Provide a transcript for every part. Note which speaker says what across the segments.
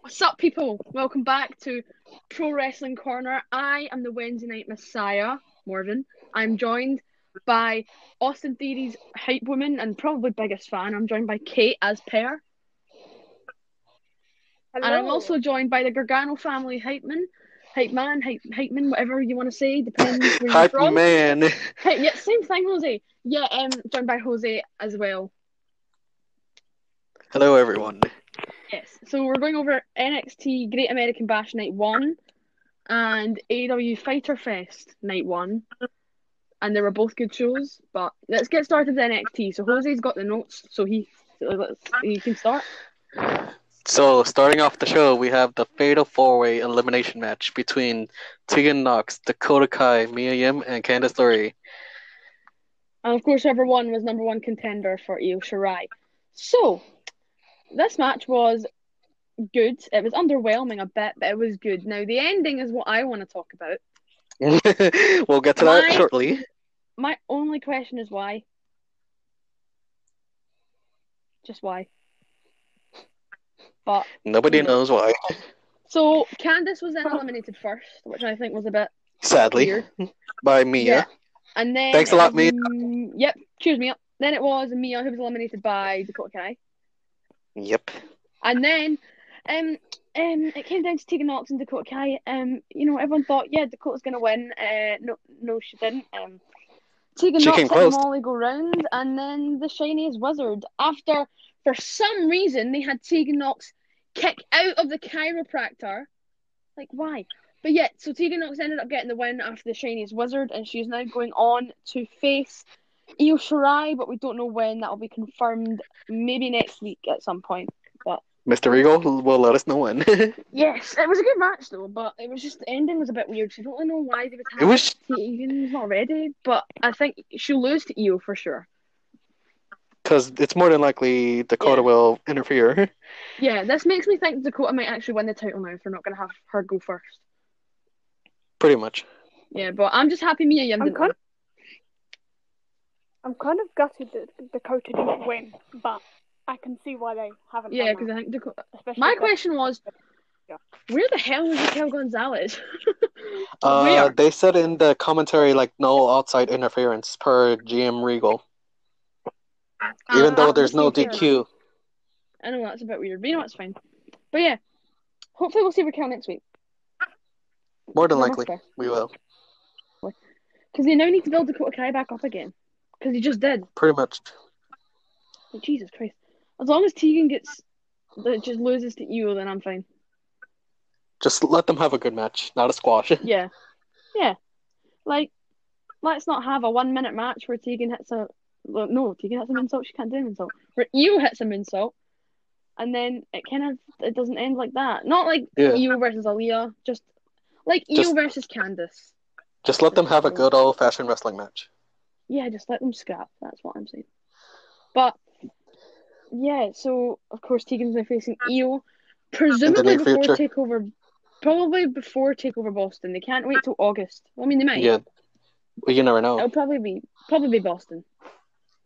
Speaker 1: What's up, people? Welcome back to Pro Wrestling Corner. I am the Wednesday Night Messiah, Morven. I'm joined by Austin Theory's hype woman and probably biggest fan. I'm joined by Kate as per.
Speaker 2: Hello.
Speaker 1: And I'm also joined by the Gargano family hype man, hype man, hype, hype man, whatever you want to say, depends where you're
Speaker 3: Hype
Speaker 1: from.
Speaker 3: man.
Speaker 1: Hey, yeah, same thing, Jose. Yeah, um, joined by Jose as well.
Speaker 3: Hello, everyone.
Speaker 1: Yes. So we're going over NXT Great American Bash Night One and AW Fighter Fest Night One, and they were both good shows. But let's get started with NXT. So Jose's got the notes, so he so let's, he can start.
Speaker 3: So, starting off the show, we have the Fatal Four Way Elimination Match between Tegan Knox, Dakota Kai, Mia Yim, and Candice LeRae.
Speaker 1: And of course, whoever won was number one contender for Io Shirai. So this match was good. It was underwhelming a bit, but it was good. Now the ending is what I want to talk about.
Speaker 3: we'll get to that
Speaker 1: Why?
Speaker 3: shortly.
Speaker 1: My only question is why? Just why? But
Speaker 3: Nobody knows why,
Speaker 1: so Candice was then eliminated first, which I think was a bit
Speaker 3: sadly,
Speaker 1: weird.
Speaker 3: by Mia.
Speaker 1: And then
Speaker 3: Thanks a
Speaker 1: it
Speaker 3: lot,
Speaker 1: was- Yep, cheers, Mia. Then it was Mia who was eliminated by Dakota Kai,
Speaker 3: Yep.
Speaker 1: and then um um it came down to Tegan Knox and Dakota Kai. Um, you know everyone thought yeah Dakota's gonna win. Uh, no, no, she didn't. Um, Tegan
Speaker 3: She
Speaker 1: Knox
Speaker 3: came
Speaker 1: hit the
Speaker 3: close.
Speaker 1: Molly go round, and then the shiniest wizard. After, for some reason, they had Tegan Knox kick out of the chiropractor. Like, why? But yet, so Tegan Knox ended up getting the win after the shiniest wizard, and she's now going on to face Io Shirai, but we don't know when. That'll be confirmed maybe next week at some point.
Speaker 3: Mr. Regal will let us know when. it
Speaker 1: Yes, it was a good match though, but it was just the ending was a bit weird. So I don't really know why they would have
Speaker 3: was
Speaker 1: Tegan's already, but I think she'll lose to Io for sure.
Speaker 3: because it's more than likely Dakota
Speaker 1: Yeah.
Speaker 3: will interfere.
Speaker 1: Yeah, this makes me think Dakota might actually win the title now if they're not going to have her go first.
Speaker 3: Pretty much.
Speaker 1: Yeah, but I'm just happy Mia Yim
Speaker 2: I'm
Speaker 1: didn't
Speaker 2: kind,
Speaker 1: win.
Speaker 2: of, I'm kind of gutted that Dakota didn't win, but I can see why they haven't.
Speaker 1: Yeah,
Speaker 2: done
Speaker 1: because I
Speaker 2: that,
Speaker 1: think Dakota.
Speaker 2: especially
Speaker 1: My
Speaker 2: with-
Speaker 1: question was,
Speaker 2: Yeah.
Speaker 1: where the hell was Raquel Gonzalez?
Speaker 3: Uh,
Speaker 1: Weird.
Speaker 3: they said in the commentary, like, no outside interference per GM Regal, even
Speaker 1: Uh,
Speaker 3: though
Speaker 1: that
Speaker 3: there's no
Speaker 1: doesn't seem fair
Speaker 3: DQ.
Speaker 1: I know that's a bit weird, but you know it's fine. But yeah, hopefully we'll see Raquel next week.
Speaker 3: More than likely, we will.
Speaker 1: Because they now need to build Dakota Kai back up again. Because he just did.
Speaker 3: Pretty much.
Speaker 1: Like, Jesus Christ. As long as Tegan gets that just loses to Io, then I'm fine.
Speaker 3: Just let them have a good match, not a squash.
Speaker 1: Yeah. Yeah. Like, let's not have a one minute match where Tegan hits a well, no, Tegan hits an insult, she can't do an insult. Where Io hits an insult and then it kind of it doesn't end like that. Not like
Speaker 3: Yeah.
Speaker 1: Io versus Aaliyah, just like Io
Speaker 3: Just-
Speaker 1: versus Candace.
Speaker 3: Just let them have a good old fashioned wrestling match.
Speaker 1: Yeah, just let them scrap. That's what I'm saying. But yeah, so of course Tegan's now facing Io, presumably
Speaker 3: In the near
Speaker 1: before
Speaker 3: future.
Speaker 1: Takeover, probably before Takeover Boston. They can't wait till August. Well, I mean, they might.
Speaker 3: Yeah. Well, you never know.
Speaker 1: It'll probably be probably be Boston.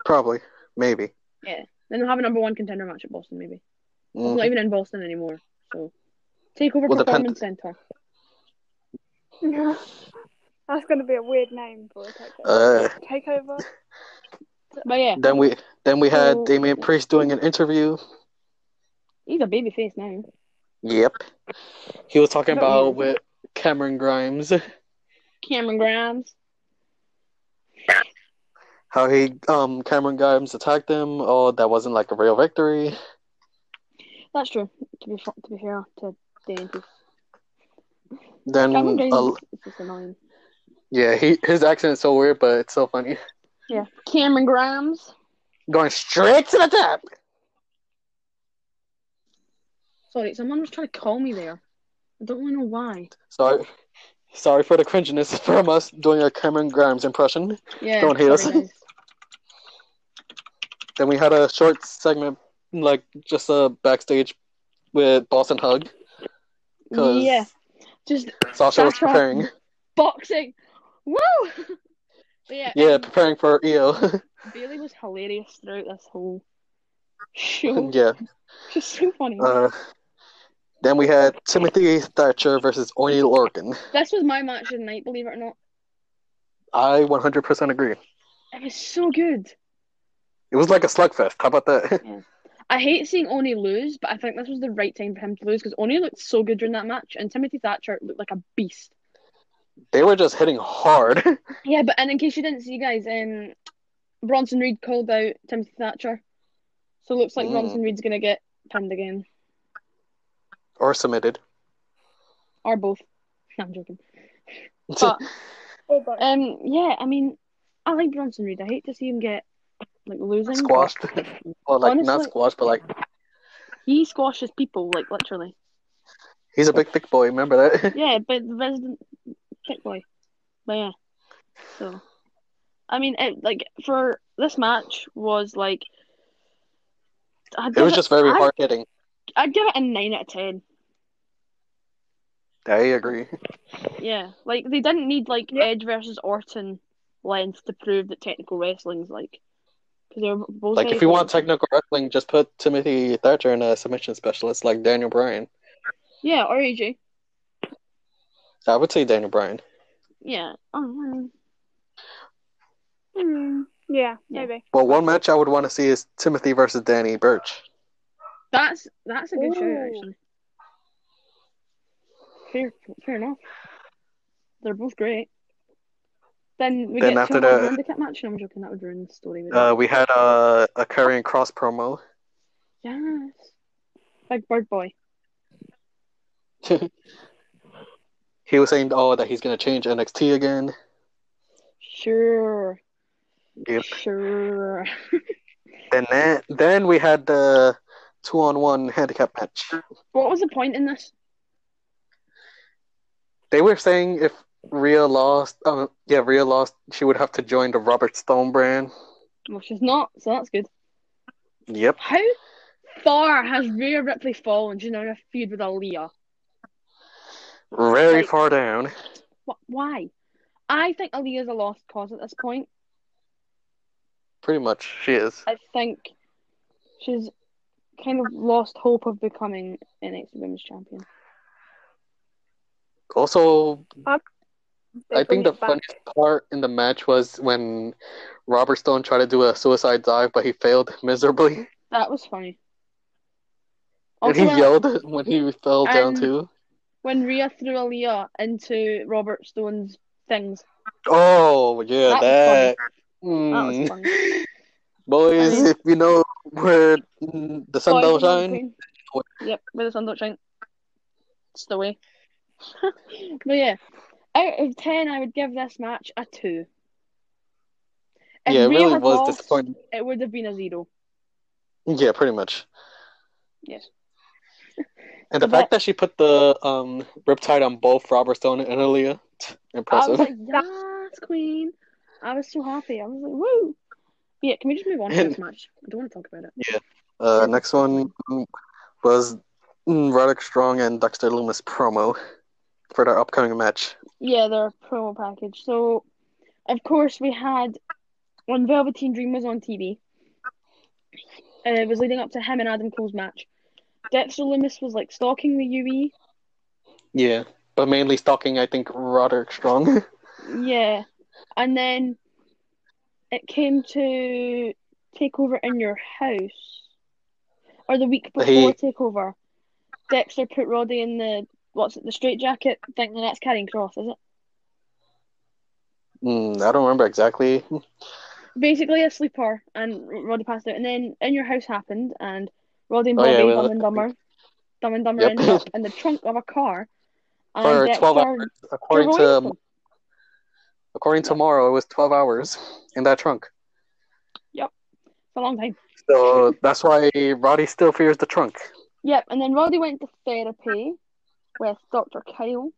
Speaker 3: Probably. Maybe.
Speaker 1: Then they'll have a number one contender match at Boston. Maybe It's
Speaker 3: Mm.
Speaker 1: not even in Boston anymore. So Takeover
Speaker 3: Well, depend-
Speaker 1: Performance Center.
Speaker 2: That's going to be a weird name for a takeover.
Speaker 3: Uh,
Speaker 2: takeover.
Speaker 1: But yeah,
Speaker 3: then we then we
Speaker 1: So-
Speaker 3: had Damian Priest doing an interview.
Speaker 1: he's a baby face now.
Speaker 3: Yep. He was talking
Speaker 1: What about
Speaker 3: about
Speaker 1: you?
Speaker 3: with Cameron Grimes
Speaker 1: Cameron Grimes.
Speaker 3: how he um Cameron Grimes attacked him. Oh, that wasn't like a real victory.
Speaker 1: That's true. To be fa- to be fair to Dane,
Speaker 3: Then
Speaker 1: Cameron Grimes
Speaker 3: uh,
Speaker 1: is- is just annoying.
Speaker 3: yeah, he his accent is so weird, but it's so funny.
Speaker 1: Yeah, Cameron Grimes.
Speaker 3: Going straight to the top.
Speaker 1: Sorry, someone was trying to call me there. I don't really know why.
Speaker 3: Sorry. Sorry for the cringiness from us doing a Cameron Grimes impression.
Speaker 1: Yeah.
Speaker 3: Don't hate us.
Speaker 1: sorry, guys.
Speaker 3: Then we had a short segment, like just a backstage with Boston Hug. 'Cause-
Speaker 1: Yeah. Just
Speaker 3: Sasha was
Speaker 1: Sasha.
Speaker 3: preparing.
Speaker 1: boxing. Woo! But yeah, um,
Speaker 3: Yeah, preparing for E EO.
Speaker 1: Bailey was hilarious throughout this whole show.
Speaker 3: yeah.
Speaker 1: She's so funny.
Speaker 3: Uh, Then we had Timothy Thatcher versus O'Neill Orkin.
Speaker 1: This was my match of the night, believe it or not.
Speaker 3: I 100% agree.
Speaker 1: It was so good.
Speaker 3: It was like a slugfest. How about that?
Speaker 1: I hate seeing Oni lose, but I think this was the right time for him to lose because Oni looked so good during that match, and Timothy Thatcher looked like a beast.
Speaker 3: They were just hitting hard.
Speaker 1: Yeah, but and in case you didn't see, guys, um, Bronson Reed called out Timothy Thatcher, so it looks like
Speaker 3: Mm.
Speaker 1: Bronson Reed's gonna get pinned again,
Speaker 3: or submitted.
Speaker 1: or both. No, I'm joking. But
Speaker 2: Oh, but
Speaker 1: um, yeah, I mean, I like Bronson Reed. I hate to see him get like losing. but
Speaker 3: squashed. Well, like, not
Speaker 1: Honestly-
Speaker 3: squashed, but like,
Speaker 1: He squashes people like literally.
Speaker 3: he's a big, thick boy. Remember that?
Speaker 1: Yeah, but the resident thick boy. But yeah. So I mean it like for this match was like I'd
Speaker 3: It
Speaker 1: give
Speaker 3: was just very
Speaker 1: I'd,
Speaker 3: hard hitting.
Speaker 1: I'd give it a nine out of ten.
Speaker 3: I agree.
Speaker 1: Yeah. Like they didn't need like
Speaker 2: Yeah.
Speaker 1: Edge versus Orton length to prove that technical wrestling's like because they're both
Speaker 3: Like,
Speaker 1: very
Speaker 3: if you
Speaker 1: good.
Speaker 3: want technical wrestling, just put Timothy Thatcher in a submission specialist like Daniel Bryan.
Speaker 1: Yeah, E or AJ.
Speaker 3: I would say Daniel Bryan.
Speaker 1: Yeah. Oh,
Speaker 2: mm,
Speaker 1: Yeah.
Speaker 2: yeah, maybe.
Speaker 3: Well, one match I would want to see is Timothy versus Danny Birch.
Speaker 1: that's that's a good show
Speaker 2: Ooh.
Speaker 1: actually. Fair fair enough. They're both great. Then we
Speaker 3: Then
Speaker 1: get
Speaker 3: after
Speaker 1: two man
Speaker 3: the-
Speaker 1: handicap match, and I'm joking. That would ruin the story. wouldn't
Speaker 3: Uh,
Speaker 1: it?
Speaker 3: we had uh, a Korean cross promo.
Speaker 1: yes, Big Bird Boy.
Speaker 3: He was saying, oh, that he's going to change NXT again.
Speaker 1: Sure,
Speaker 3: Yep.
Speaker 1: sure.
Speaker 3: And then, then we had the two on one handicap match.
Speaker 1: What was the point in this?
Speaker 3: They were saying if Rhea lost, um, yeah, Rhea lost, she would have to join the Robert Stone brand.
Speaker 1: Well, she's not, so that's good.
Speaker 3: Yep.
Speaker 1: How far has Rhea Ripley fallen? You know, in a feud with Aaliyah.
Speaker 3: Very
Speaker 1: Right.
Speaker 3: far down.
Speaker 1: Wh- Why? I think Aaliyah's a lost cause at this point.
Speaker 3: Pretty much, she is.
Speaker 1: I think she's kind of lost hope of becoming NXT Women's Champion.
Speaker 3: Also,
Speaker 2: They
Speaker 3: I
Speaker 2: bring
Speaker 3: think the
Speaker 2: it back.
Speaker 3: funniest part in the match was when Robert Stone tried to do a suicide dive, but he failed miserably.
Speaker 1: That was funny.
Speaker 3: And
Speaker 1: Also,
Speaker 3: he
Speaker 1: when,
Speaker 3: yelled when he fell down
Speaker 1: And-
Speaker 3: too.
Speaker 1: when Rhea threw Aaliyah into Robert Stone's things,
Speaker 3: Oh yeah,
Speaker 1: That
Speaker 3: that.
Speaker 1: that
Speaker 3: Mm.
Speaker 1: was funny.
Speaker 3: Boys,
Speaker 1: I mean-
Speaker 3: if you know where mm, the sun don't
Speaker 1: Boys and
Speaker 3: shine,
Speaker 1: Queen. Yep, where the sun don't shine. It's the way. but yeah, out of ten, I would give this match a two. If
Speaker 3: yeah, it
Speaker 1: Rhea
Speaker 3: really
Speaker 1: had
Speaker 3: was
Speaker 1: lost,
Speaker 3: disappointing.
Speaker 1: It would have been a zero.
Speaker 3: Yeah, pretty much.
Speaker 1: Yes.
Speaker 3: And the
Speaker 1: But-
Speaker 3: fact that she put the um riptide on both Robert Stone and Aaliyah, tch,
Speaker 1: I was
Speaker 3: impressive.
Speaker 1: like, yes, Queen. I was so happy. I was like, woo. Yeah, can we just move on to this match? I don't want to talk about it.
Speaker 3: Uh, next one was mm, Roderick Strong and Dexter Loomis promo for their upcoming match.
Speaker 1: Yeah, their promo package. So, of course, we had when Velveteen Dream was on TV, and it was leading up to him and Adam Cole's match. Dexter Loomis was like stalking the E. UE.
Speaker 3: Yeah, but mainly stalking, I think Roderick Strong.
Speaker 1: Yeah, and then it came to Takeover in Your House, or the week before
Speaker 3: Hey.
Speaker 1: Takeover. Dexter put Roddy in the what's it, the straight jacket, thinking that's carrying Cross, is it?
Speaker 3: mm, I don't remember exactly.
Speaker 1: basically a sleeper, and Roddy passed out. And then in your house happened, and Roddy and
Speaker 3: Oh,
Speaker 1: Bobby,
Speaker 3: yeah, well,
Speaker 1: Dumb and Dumber, Dumb and Dumber
Speaker 3: Yep.
Speaker 1: ended up in the trunk of a car. And uh,
Speaker 3: For
Speaker 1: Dexter
Speaker 3: 12 hours, according
Speaker 1: released
Speaker 3: to um,
Speaker 1: them.
Speaker 3: according to Morrow, it was twelve hours in that trunk.
Speaker 1: It's a long time.
Speaker 3: So that's why Roddy still fears the trunk.
Speaker 1: Yep. And then Roddy went to therapy with Doctor Kyle.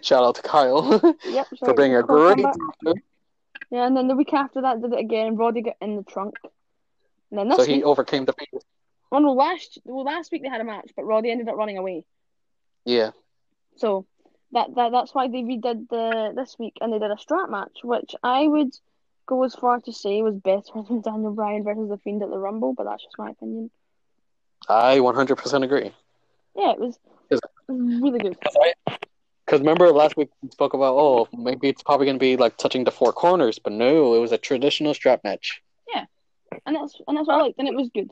Speaker 3: Shout out to Kyle
Speaker 1: Yep.
Speaker 3: for
Speaker 1: so
Speaker 3: being a
Speaker 1: it's called
Speaker 3: great
Speaker 1: comeback.
Speaker 3: doctor.
Speaker 1: Yeah. And then the week after that, did it again. Roddy got in the trunk. And then this
Speaker 3: So he
Speaker 1: week,
Speaker 3: overcame the fear.
Speaker 1: well, no, last well last week they had a match, but Roddy ended up running away.
Speaker 3: Yeah.
Speaker 1: So that, that that's why they redid the this week and they did a strap match, which I would go as far to say was better than Daniel Bryan versus the Fiend at the Rumble, but that's just my opinion.
Speaker 3: I 100% agree.
Speaker 1: Yeah, it was
Speaker 3: Yes.
Speaker 1: really good.
Speaker 3: Because remember last week we spoke about oh maybe it's probably gonna be like touching the four corners, but no, it was a traditional strap match.
Speaker 1: And that's and that's what I liked, and it was good.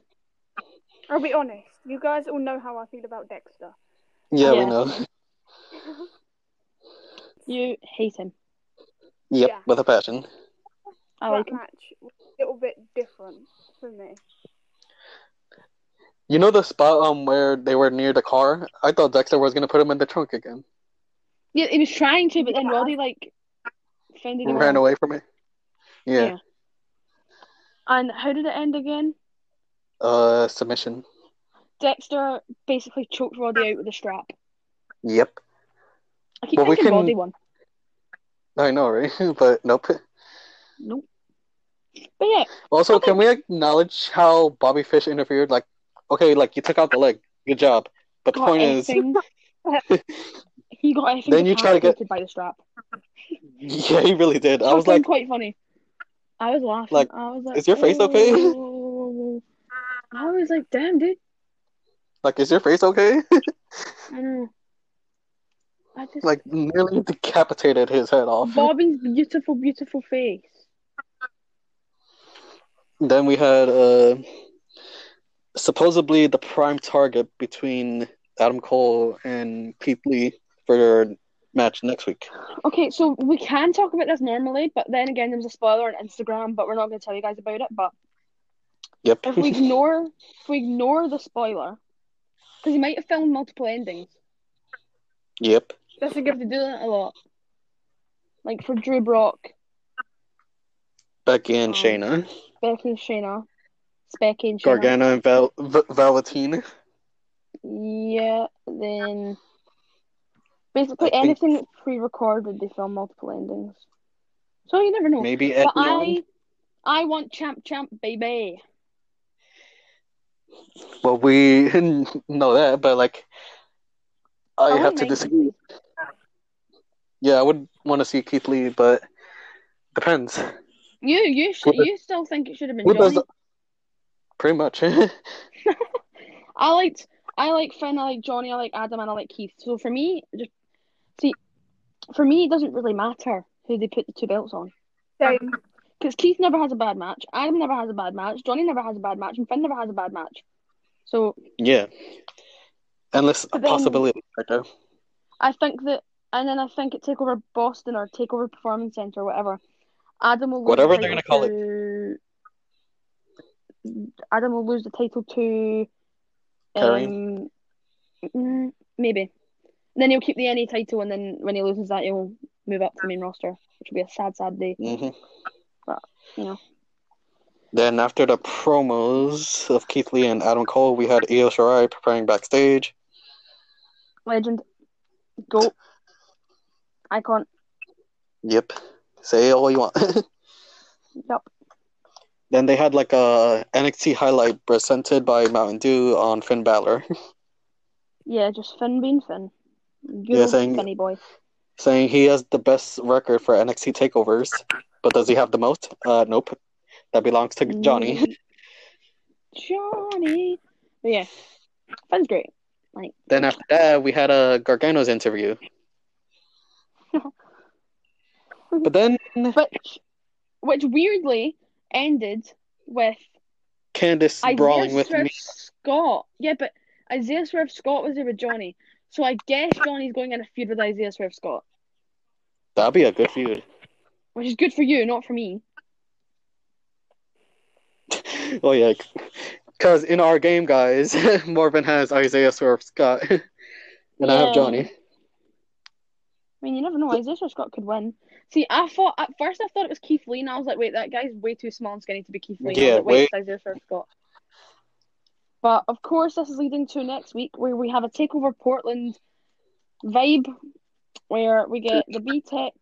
Speaker 2: I'll be honest, you guys all know how I feel about Dexter.
Speaker 3: Yeah,
Speaker 1: Yeah.
Speaker 3: we know.
Speaker 1: You hate him.
Speaker 3: Yep,
Speaker 2: Yeah.
Speaker 3: with a passion.
Speaker 1: I
Speaker 2: that
Speaker 1: like him.
Speaker 2: match was a little bit different for me.
Speaker 3: You know the spot um where they were near the car? I thought Dexter was gonna put him in the trunk again.
Speaker 1: Yeah, he was trying to, but then
Speaker 2: Yeah.
Speaker 1: Roddy like fended him.
Speaker 3: Ran
Speaker 1: off.
Speaker 3: away from it. Yeah.
Speaker 1: Yeah. And how did it end again?
Speaker 3: Uh submission.
Speaker 1: Dexter basically choked Roddy out with a strap.
Speaker 3: Yep.
Speaker 1: I keep
Speaker 3: Well, we
Speaker 1: thinking
Speaker 3: can-
Speaker 1: Roddy won.
Speaker 3: I know, right? but nope.
Speaker 1: Nope. But yeah,
Speaker 3: Also, can we acknowledge how Bobby Fish interfered? Like, okay, like you took out the leg. Good job. But the
Speaker 1: got
Speaker 3: point is,
Speaker 1: effing- he got effing
Speaker 3: Then you try to get-
Speaker 1: decapitated by the strap.
Speaker 3: yeah, he really did. I
Speaker 1: It
Speaker 3: was
Speaker 1: been
Speaker 3: like,
Speaker 1: quite funny. I was laughing.
Speaker 3: like,
Speaker 1: I was like,
Speaker 3: "Is your face okay?"
Speaker 1: "Oh." I was like, damn, dude.
Speaker 3: like, is your face okay?
Speaker 1: I know. I just
Speaker 3: like, nearly decapitated his head off.
Speaker 1: Bobby's beautiful, beautiful face.
Speaker 3: Then we had uh, supposedly the prime target between Adam Cole and Keith Lee for their match next week.
Speaker 1: Okay, so we can talk about this normally, but then again, there was a spoiler on Instagram, but we're not going to tell you guys about it. But
Speaker 3: Yep.
Speaker 1: if we ignore, if we ignore the spoiler, because he might have filmed multiple endings.
Speaker 3: yep.
Speaker 1: That's a gift to do that a lot. Like for Drew Brock,
Speaker 3: Becky and
Speaker 1: Um,
Speaker 3: Shayna,
Speaker 1: Becky and Shayna, Specky and Shayna.
Speaker 3: Gargano and Val- v- Velveteen.
Speaker 1: Yeah, then basically
Speaker 3: I think-
Speaker 1: anything that's pre-recorded, they film multiple endings. So you never know.
Speaker 3: Maybe Ed
Speaker 1: but
Speaker 3: Norton.
Speaker 1: I, I want champ, champ, baby.
Speaker 3: Well, we know that, but like, I,
Speaker 1: I
Speaker 3: have
Speaker 1: wouldn't
Speaker 3: to
Speaker 1: mind
Speaker 3: disagree. Yeah, I would want to see Keith Lee, but depends.
Speaker 1: You, you, sh-
Speaker 3: Who does-
Speaker 1: you still think it should have been
Speaker 3: Who does
Speaker 1: Johnny?
Speaker 3: the- Pretty much. yeah,
Speaker 1: I liked, I like Finn, I like Johnny, I like Adam, and I like Keith. So for me, just see, for me, it doesn't really matter who they put the two belts on.
Speaker 2: Same.
Speaker 1: Because Keith never has a bad match, Adam never has a bad match, Johnny never has a bad match, and Finn never has a bad match. So
Speaker 3: endless
Speaker 1: But then-
Speaker 3: possibility. right there.
Speaker 1: I think that, and then I think at Takeover Boston or Takeover Performance Center, whatever, Adam will lose
Speaker 3: Whatever
Speaker 1: the
Speaker 3: they're gonna
Speaker 1: title
Speaker 3: call it.
Speaker 1: to- Adam will lose the title to. Um,
Speaker 3: Karrion?
Speaker 1: mm, maybe. Then he'll keep the NA title, and then when he loses that, he'll move up to the main roster, which will be a sad, sad day.
Speaker 3: Mhm.
Speaker 1: But, you know.
Speaker 3: Then after the promos of Keith Lee and Adam Cole, we had Io Shirai preparing backstage.
Speaker 1: Legend, go, icon.
Speaker 3: Yep. Say all you want.
Speaker 1: Yep.
Speaker 3: then they had like a NXT highlight presented by Mountain Dew on Finn Balor,
Speaker 1: Yeah, just Finn being Finn. Good
Speaker 3: Yeah,
Speaker 1: old
Speaker 3: saying-
Speaker 1: Finny boy.
Speaker 3: saying he has the best record for NXT takeovers, but does he have the most? Uh, nope. That belongs to Johnny.
Speaker 1: Mm. Johnny. But yeah, Finn's great.
Speaker 3: Then after that, we had a Gargano's interview. but then
Speaker 1: Which, which weirdly ended with
Speaker 3: Candice
Speaker 1: Isaiah
Speaker 3: brawling with
Speaker 1: Swerve
Speaker 3: me.
Speaker 1: Scott. Yeah, but Isaiah Swerve Scott was there with Johnny. So I guess Johnny's going in a feud with Isaiah Swerve Scott,
Speaker 3: That'd be a good feud.
Speaker 1: which is good for you, not for me.
Speaker 3: Oh yeah, because in our game, guys, Marvin has Isaiah Swerve Scott, and I
Speaker 1: Yeah.
Speaker 3: have Johnny.
Speaker 1: I mean, you never know. Isaiah Swerve Scott could win. See, I thought at first I thought it was Keith Lee, and I was like, wait, that guy's way too small and skinny to be Keith Lee. And I was
Speaker 3: Yeah,
Speaker 1: like, wait, it's Isaiah Swerve Scott. But of course, this is leading to next week where we have a takeover Portland vibe, where we get the B Tech.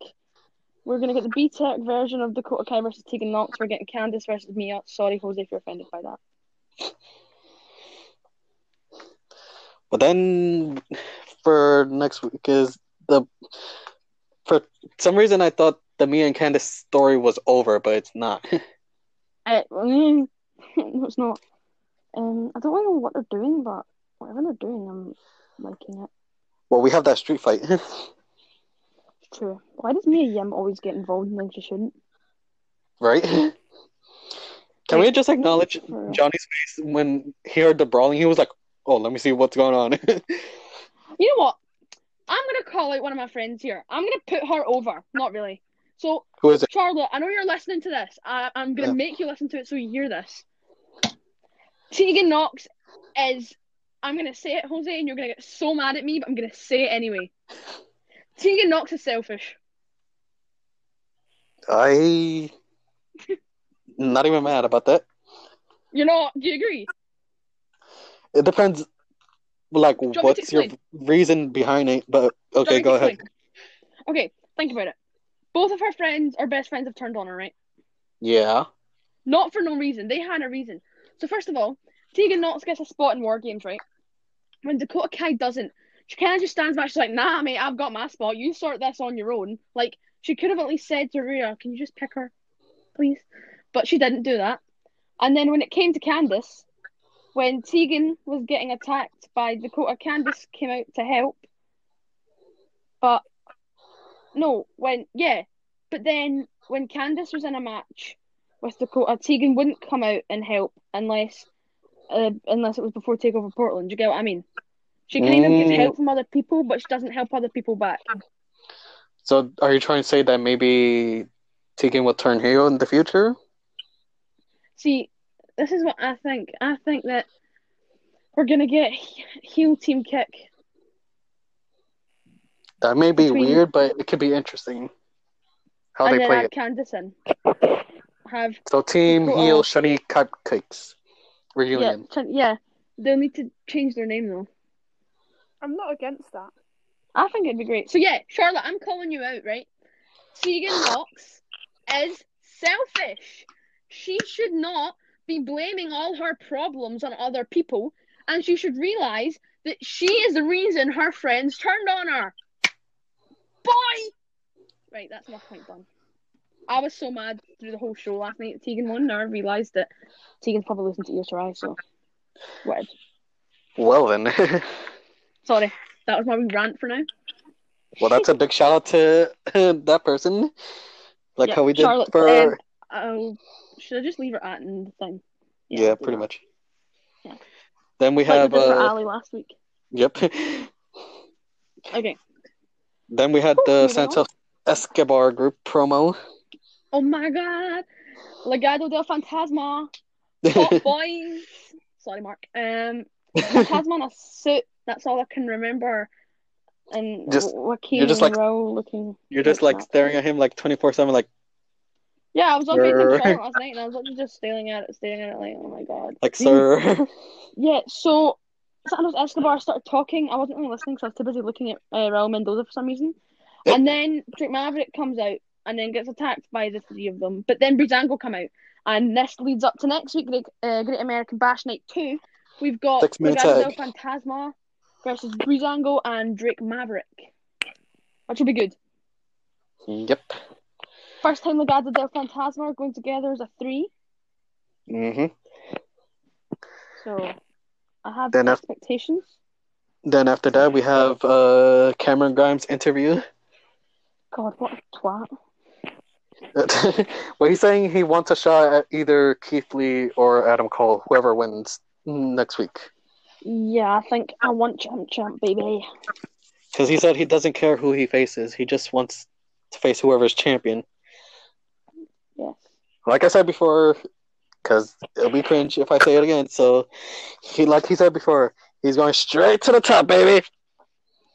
Speaker 1: We're gonna get the B Tech version of Dakota Kai versus Tegan Knox. We're getting Candice versus Mia. Sorry, Jose, if you're offended by that.
Speaker 3: But then for next week is the for some reason I thought the me and Candice story was over, but it's not.
Speaker 1: Uh, no, it's not. Um, I don't really know what they're doing, but whatever they're doing, I'm liking it.
Speaker 3: Well, we have that street fight.
Speaker 1: It's true. Why does Mia Yim always get involved in things she shouldn't?
Speaker 3: right? Can we just acknowledge
Speaker 1: For real.
Speaker 3: Johnny's face when he heard the brawling? He was like, "Oh, let me see what's going on."
Speaker 1: You know what? I'm gonna call out one of my friends here. I'm gonna put her over. Not really. So
Speaker 3: Who is it?
Speaker 1: Charlotte, I know you're listening to this. I, I'm gonna
Speaker 3: Yeah.
Speaker 1: make you listen to it so you hear this. Tegan Knox is. I'm gonna say it, Jose, and you're gonna get so mad at me, but I'm gonna say it anyway. Tegan Knox is selfish.
Speaker 3: I not even mad about that.
Speaker 1: You're not. Do you agree?
Speaker 3: It depends, like,
Speaker 1: me to
Speaker 3: what's your
Speaker 1: explain?
Speaker 3: reason behind it? But okay,
Speaker 1: Do you
Speaker 3: go
Speaker 1: want me
Speaker 3: ahead.
Speaker 1: to explain? Okay, think about it. Both of her friends or best friends have turned on her, right?
Speaker 3: Yeah,
Speaker 1: Not for no reason. They had a reason. So first of all, Tegan Knox gets a spot in War Games, right? When Dakota Kai doesn't, she kind of just stands back. She's like, "Nah, mate, I've got my spot. You sort this on your own." Like she could have at least said to Rhea, "Can you just pick her, please?" But she didn't do that. And then when it came to Candace, when Tegan was getting attacked by Dakota, Candace came out to help. But no, when yeah, but then when Candace was in a match with Dakota. Tegan wouldn't come out and help unless uh, unless it was before Takeover Portland. Do you get what I mean? She kind of
Speaker 3: Mm.
Speaker 1: gets help from other people, but she doesn't help other people back.
Speaker 3: So, are you trying to say that maybe Tegan will turn heel in the future?
Speaker 1: See, this is what I think. I think that we're gonna get he- heel team kick.
Speaker 3: That may be
Speaker 1: Between-
Speaker 3: weird, but it could be interesting how
Speaker 1: and
Speaker 3: Oh, they
Speaker 1: then
Speaker 3: play
Speaker 1: add
Speaker 3: it.
Speaker 1: Candace in. Have
Speaker 3: So, team
Speaker 1: Cool.
Speaker 3: heel Shunny Cupcakes
Speaker 1: yeah,
Speaker 3: reunion.
Speaker 1: ch- yeah. They'll need to change their name though.
Speaker 2: I'm not against that.
Speaker 1: I think it'd be great. So yeah, Charlotte, I'm calling you out, right? Tegan Knox is selfish. She should not be blaming all her problems on other people, and she should realize that she is the reason her friends turned on her. Bye. Right, that's my point done. I was so mad through the whole show last night. that Tegan won, and I realised that Tegan's probably listening to Ear to Eye, so whatever.
Speaker 3: Well then,
Speaker 1: Sorry, that was my wee rant for now.
Speaker 3: well that's a big shout out to that person. Like
Speaker 1: Yeah,
Speaker 3: how we did
Speaker 1: Charlotte,
Speaker 3: for
Speaker 1: um, Oh, should I just leave it at in the thing?
Speaker 3: yeah,
Speaker 1: I'll do
Speaker 3: pretty
Speaker 1: that.
Speaker 3: much.
Speaker 1: Yeah.
Speaker 3: Then we
Speaker 1: Like
Speaker 3: have
Speaker 1: we did for
Speaker 3: uh,
Speaker 1: Ali last week.
Speaker 3: yep.
Speaker 1: Okay.
Speaker 3: Then we had
Speaker 1: Cool,
Speaker 3: the
Speaker 1: moving on.
Speaker 3: Santos Escobar group promo.
Speaker 1: Oh my God, Legado del Fantasma, Hot Boys. Sorry, Mark. Um, Fantasma in a suit. That's all I can remember. And
Speaker 3: Just-
Speaker 1: Joaquin
Speaker 3: you're just like-
Speaker 1: Rowe looking.
Speaker 3: You're just like staring at him like twenty four seven, like
Speaker 1: Yeah, I was on Faith
Speaker 3: Sir.
Speaker 1: and Charlotte last night, and I was literally just staring at it, staring at it, like, oh my God.
Speaker 3: like sir.
Speaker 1: Yeah. So Santos Escobar started talking. I wasn't really listening because I was too busy looking at uh, Raul Mendoza for some reason. And then Drake Maverick comes out and then gets attacked by the three of them. But then Breezango come out, and this leads up to next week, Great, uh, Great American Bash Night Two. We've got
Speaker 3: Six-man
Speaker 1: Legado del
Speaker 3: tag.
Speaker 1: Fantasma versus Breezango and Drake Maverick, which will be good.
Speaker 3: yep.
Speaker 1: First time Legado del Fantasma are going together as a three,
Speaker 3: hmm
Speaker 1: so I have
Speaker 3: Then that's-
Speaker 1: expectations.
Speaker 3: Then after that we have uh Cameron Grimes interview.
Speaker 1: God, what a twat!
Speaker 3: well, he's saying he wants a shot at either Keith Lee or Adam Cole, whoever wins next week.
Speaker 1: Yeah, I think I want champ champ baby.
Speaker 3: Because he said he doesn't care who he faces, he just wants to face whoever's champion.
Speaker 1: Yes.
Speaker 3: Like I said before, because it'll be cringe if I say it again. So, he like he said before, he's going straight to the top, baby.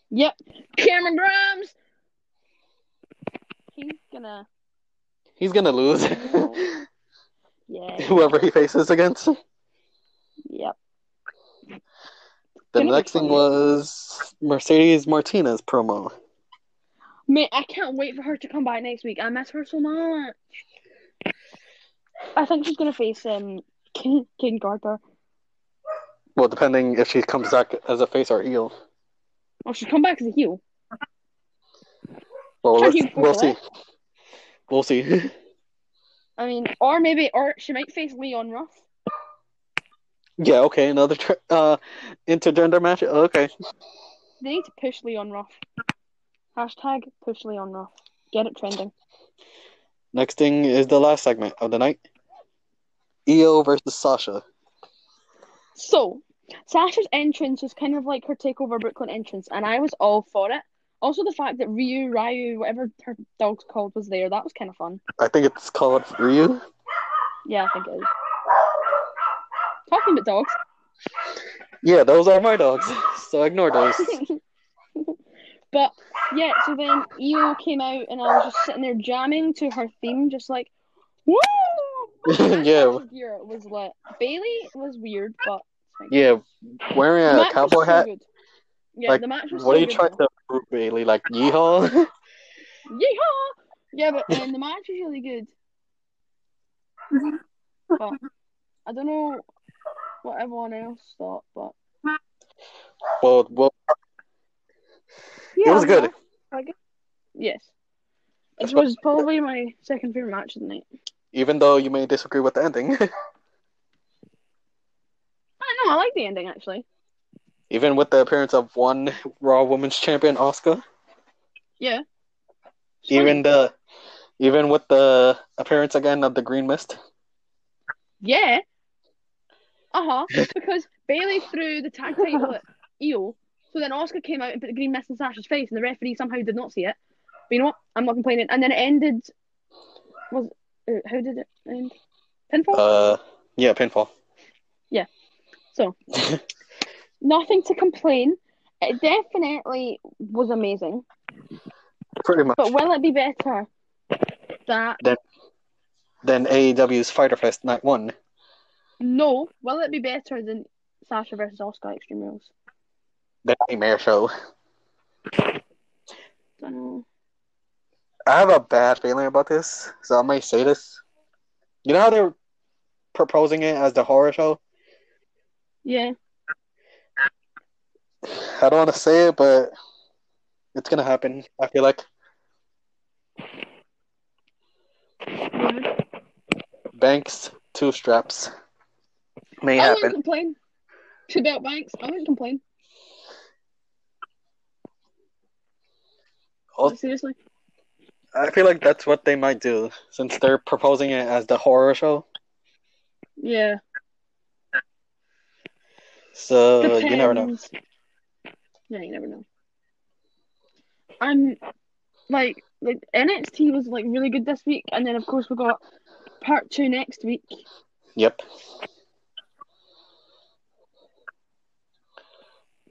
Speaker 1: Yep. Cameron Grimes. He's gonna.
Speaker 3: He's gonna lose
Speaker 1: Yeah.
Speaker 3: whoever he faces against.
Speaker 1: Yep.
Speaker 3: The
Speaker 1: Gonna be
Speaker 3: next thing
Speaker 1: fun.
Speaker 3: was Mercedes Martinez promo.
Speaker 1: Mate, I can't wait for her to come back next week. I miss her so much. I think she's gonna face um King King Gardner.
Speaker 3: Well, depending if she comes back as a face or heel.
Speaker 1: Oh, she's come back as a heel.
Speaker 3: Well,
Speaker 1: Sure,
Speaker 3: let's-
Speaker 1: you can
Speaker 3: we'll
Speaker 1: Google
Speaker 3: see. We'll see.
Speaker 1: I mean, or maybe, or she might face Leon Ruff.
Speaker 3: yeah. Okay. Another tr uh, intergender match. Okay.
Speaker 1: They need to push Leon Ruff. Hashtag push Leon Ruff. Get it trending.
Speaker 3: Next thing is the last segment of the night. Io versus Sasha.
Speaker 1: So, Sasha's entrance was kind of like her takeover Brooklyn entrance, and I was all for it. Also, the fact that Ryu, Ryu, whatever her dog's called, was there, that was kind of fun.
Speaker 3: I think it's called Ryu.
Speaker 1: Yeah, I think it is. Talking about dogs.
Speaker 3: Yeah, those are my dogs. So ignore those.
Speaker 1: but yeah, so then Io came out and I was just sitting there jamming to her theme, just like, woo!
Speaker 3: yeah,
Speaker 1: Gear was lit. Bailey was weird, but
Speaker 3: yeah. Wearing
Speaker 1: The
Speaker 3: a
Speaker 1: match was
Speaker 3: cowboy
Speaker 1: so
Speaker 3: hat.
Speaker 1: good. Yeah,
Speaker 3: Like,
Speaker 1: the match was
Speaker 3: What
Speaker 1: so
Speaker 3: are you
Speaker 1: good,
Speaker 3: trying to prove, Bailey? Like yeehaw?
Speaker 1: though. Yeehaw! Yeah, but and the match was really good. But I don't know what everyone else thought, but
Speaker 3: well, well,
Speaker 2: Yeah,
Speaker 3: it was good.
Speaker 1: yes. This
Speaker 3: That's what-
Speaker 1: was probably my second favorite match of the night.
Speaker 3: Even though you may disagree with the ending.
Speaker 1: I know, I like the ending actually.
Speaker 3: Even with the appearance of one Raw Women's Champion, Oscar.
Speaker 1: Yeah. It's funny.
Speaker 3: Even the, even with the appearance again of the Green Mist.
Speaker 1: Yeah. Uh huh. because Bailey threw the tag title at Io, so then Oscar came out and put the green mist in Sasha's face, and the referee somehow did not see it. But you know what? I'm not complaining. And then it ended. Was uh, how did it end? Pinfall.
Speaker 3: Uh, yeah, pinfall.
Speaker 1: so nothing to complain. It definitely was amazing.
Speaker 3: Pretty much.
Speaker 1: But will it be better? That
Speaker 3: Then AEW's Fighter Fest Night One.
Speaker 1: no. Will it be better than Sasha versus Oscar Extreme Rules?
Speaker 3: The Nightmare Show.
Speaker 1: Don't know.
Speaker 3: I have a bad feeling about this, so I might say this. You know how they're proposing it as the horror show?
Speaker 1: Yeah.
Speaker 3: I don't want to say it, but it's gonna happen. I feel like Banks two straps may
Speaker 1: I
Speaker 3: happen.
Speaker 1: wouldn't complain about Banks. I wouldn't complain.
Speaker 3: Oh.
Speaker 1: Seriously.
Speaker 3: I feel like that's what they might do since they're proposing it as the horror show.
Speaker 1: Yeah.
Speaker 3: So Uh, you never know.
Speaker 1: Depends. Yeah, you never know. I'm like like NXT was like really good this week, and then of course we got part two next week.
Speaker 3: Yep.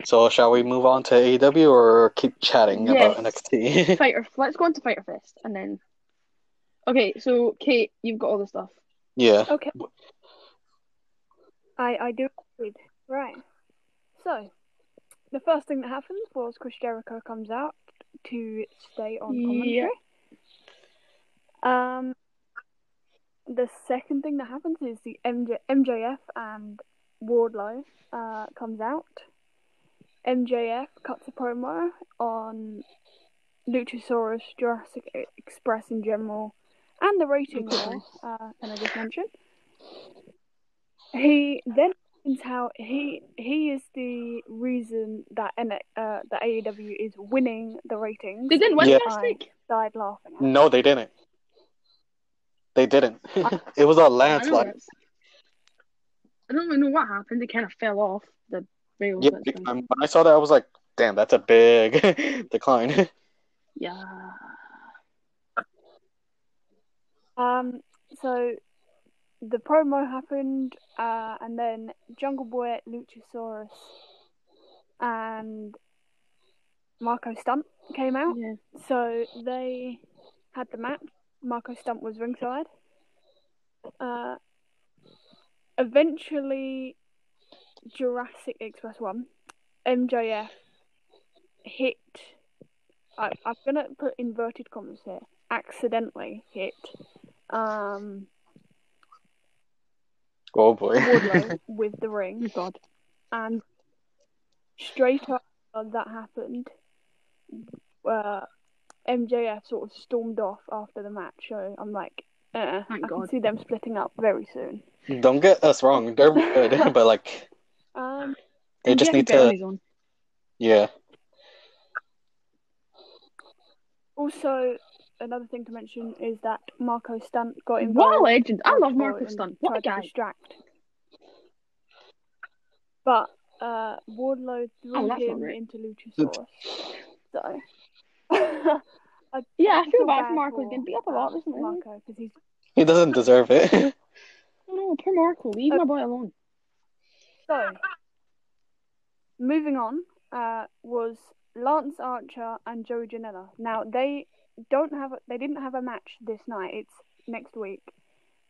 Speaker 3: So shall we move on to AEW or keep chatting
Speaker 1: Yes.
Speaker 3: about NXT?
Speaker 1: Fighter. Let's go on to Fighter Fest, and then. Okay, so Kate, you've got all the stuff.
Speaker 3: yeah.
Speaker 2: Okay. I I do read. Right. So, the first thing that happens was Chris Jericho comes out to stay on commentary. Um. The second thing that happens is the MJ, MJF and Wardlow uh, comes out. MJF cuts a promo on Luchasaurus, Jurassic E- Express in general, and the rating war, uh, can I just mention? He then mentions how he he is the reason that N- uh, that AEW is winning the ratings.
Speaker 1: They didn't win
Speaker 3: Yeah.
Speaker 1: this week.
Speaker 2: Died laughing. At.
Speaker 3: No, they didn't. They didn't. it was a
Speaker 1: I don't, know
Speaker 3: landslide.
Speaker 1: what's- I don't really know what happened. They kind of fell off the rails.
Speaker 3: Yeah,
Speaker 1: that's
Speaker 3: big
Speaker 1: when-
Speaker 3: time. When I saw that, I was like, "Damn, that's a big decline."
Speaker 1: Yeah.
Speaker 2: Um, so the promo happened, uh, and then Jungle Boy, Luchasaurus, and Marco Stunt came out.
Speaker 1: Yeah.
Speaker 2: So they had the match. Marco Stunt was ringside. Uh, eventually, Jurassic Express won. MJF hit. I, I'm gonna put inverted commas here. Accidentally hit. Um,
Speaker 3: oh boy.
Speaker 2: Wardlow with the ring,
Speaker 1: oh God.
Speaker 2: and straight after that happened, uh, MJF sort of stormed off after the match. So I'm like, uh, I
Speaker 1: Thank
Speaker 2: can
Speaker 1: God.
Speaker 2: see them splitting up very soon.
Speaker 3: Don't get us wrong. They're good, but like
Speaker 2: Um,
Speaker 3: they
Speaker 1: And
Speaker 3: just
Speaker 1: Jeff
Speaker 3: need
Speaker 1: Barry's
Speaker 3: to.
Speaker 1: on.
Speaker 3: Yeah.
Speaker 2: Also, another thing to mention is that Marco Stunt got involved.
Speaker 1: What a legend! I love
Speaker 2: Rod
Speaker 1: Marco
Speaker 2: and
Speaker 1: Stunt. What a
Speaker 2: tried to
Speaker 1: guy!
Speaker 2: distract. But uh, Wardlow threw
Speaker 1: Oh, that's not
Speaker 2: him
Speaker 1: right.
Speaker 2: into Luchasaurus. So I
Speaker 1: Yeah, I feel
Speaker 2: feel
Speaker 1: bad for
Speaker 2: bad
Speaker 1: Marco's
Speaker 2: for,
Speaker 1: getting beat up a lot
Speaker 2: um,
Speaker 1: recently.
Speaker 2: Marco because he's
Speaker 3: He doesn't deserve it.
Speaker 1: Oh no, poor Marco. Leave my boy alone.
Speaker 2: so. Moving on uh, was Lance Archer and Joey Janela. Now they don't have they didn't have a match this night. It's next week,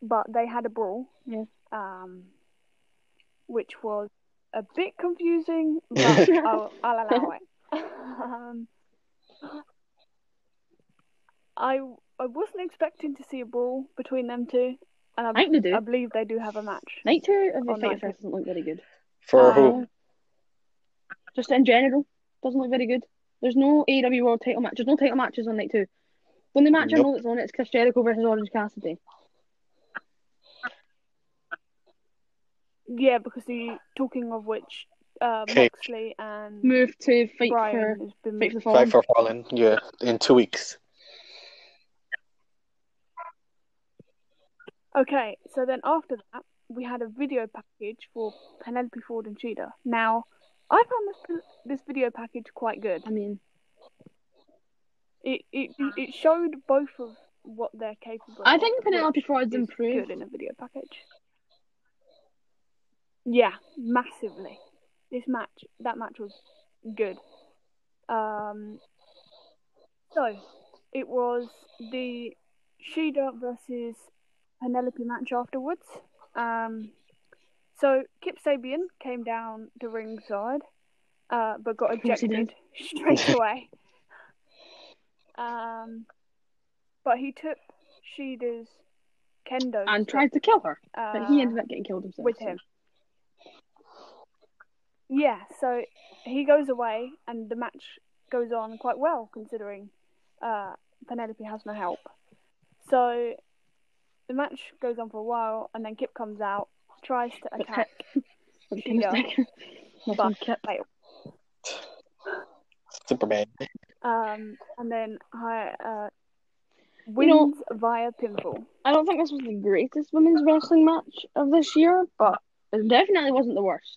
Speaker 2: but they had a brawl.
Speaker 1: Yeah.
Speaker 2: Um, which was a bit confusing, but I'll, I'll allow it. um, I I wasn't expecting to see a brawl between them two, and
Speaker 1: I
Speaker 2: I,
Speaker 1: think they do.
Speaker 2: I believe they do have a match.
Speaker 1: Night two of the
Speaker 2: Oh,
Speaker 1: fight
Speaker 2: Night
Speaker 1: first doesn't look very good.
Speaker 3: For
Speaker 2: Uh,
Speaker 3: who?
Speaker 1: Just in general, doesn't look very good. There's no AEW World Title match. There's no title matches on night two. The only match I know that's on it is Chris Jericho versus Orange Cassidy.
Speaker 2: Yeah, because the talking of which, uh,
Speaker 3: Okay.
Speaker 2: Moxley and
Speaker 1: Move to fight
Speaker 2: Brian
Speaker 1: for
Speaker 2: has been
Speaker 1: fight for the fallen.
Speaker 3: Fight for Fallen. Yeah, in two weeks.
Speaker 2: Okay, so then after that, we had a video package for Penelope Ford and Cheetah. Now, I found this this video package quite good.
Speaker 1: I mean,
Speaker 2: It it it showed both of what they're capable.
Speaker 1: I
Speaker 2: of,
Speaker 1: think Penelope
Speaker 2: which
Speaker 1: Ford's
Speaker 2: is
Speaker 1: improved.
Speaker 2: good in a video package. Yeah, massively. This match, that match was good. Um, so it was the Sheeda versus Penelope match afterwards. Um, so Kip Sabian came down to ringside, uh, but got
Speaker 1: Of course he
Speaker 2: ejected straight away. Um, but he took Sheeda's kendo
Speaker 1: and
Speaker 2: stick,
Speaker 1: tried to kill her,
Speaker 2: uh,
Speaker 1: but he ended up getting killed himself.
Speaker 2: with
Speaker 1: so.
Speaker 2: him. Yeah, so he goes away, and the match goes on quite well considering uh, Penelope has no help. So the match goes on for a while, and then Kip comes out, tries to
Speaker 1: But
Speaker 2: attack.
Speaker 1: With the
Speaker 2: Cheetah.
Speaker 1: stick. Nice one, Kip.
Speaker 3: Superman.
Speaker 2: Um, and then I uh, wins
Speaker 1: know-
Speaker 2: via pinfall.
Speaker 1: I don't think this was the greatest women's wrestling match of this year, but it definitely wasn't the worst.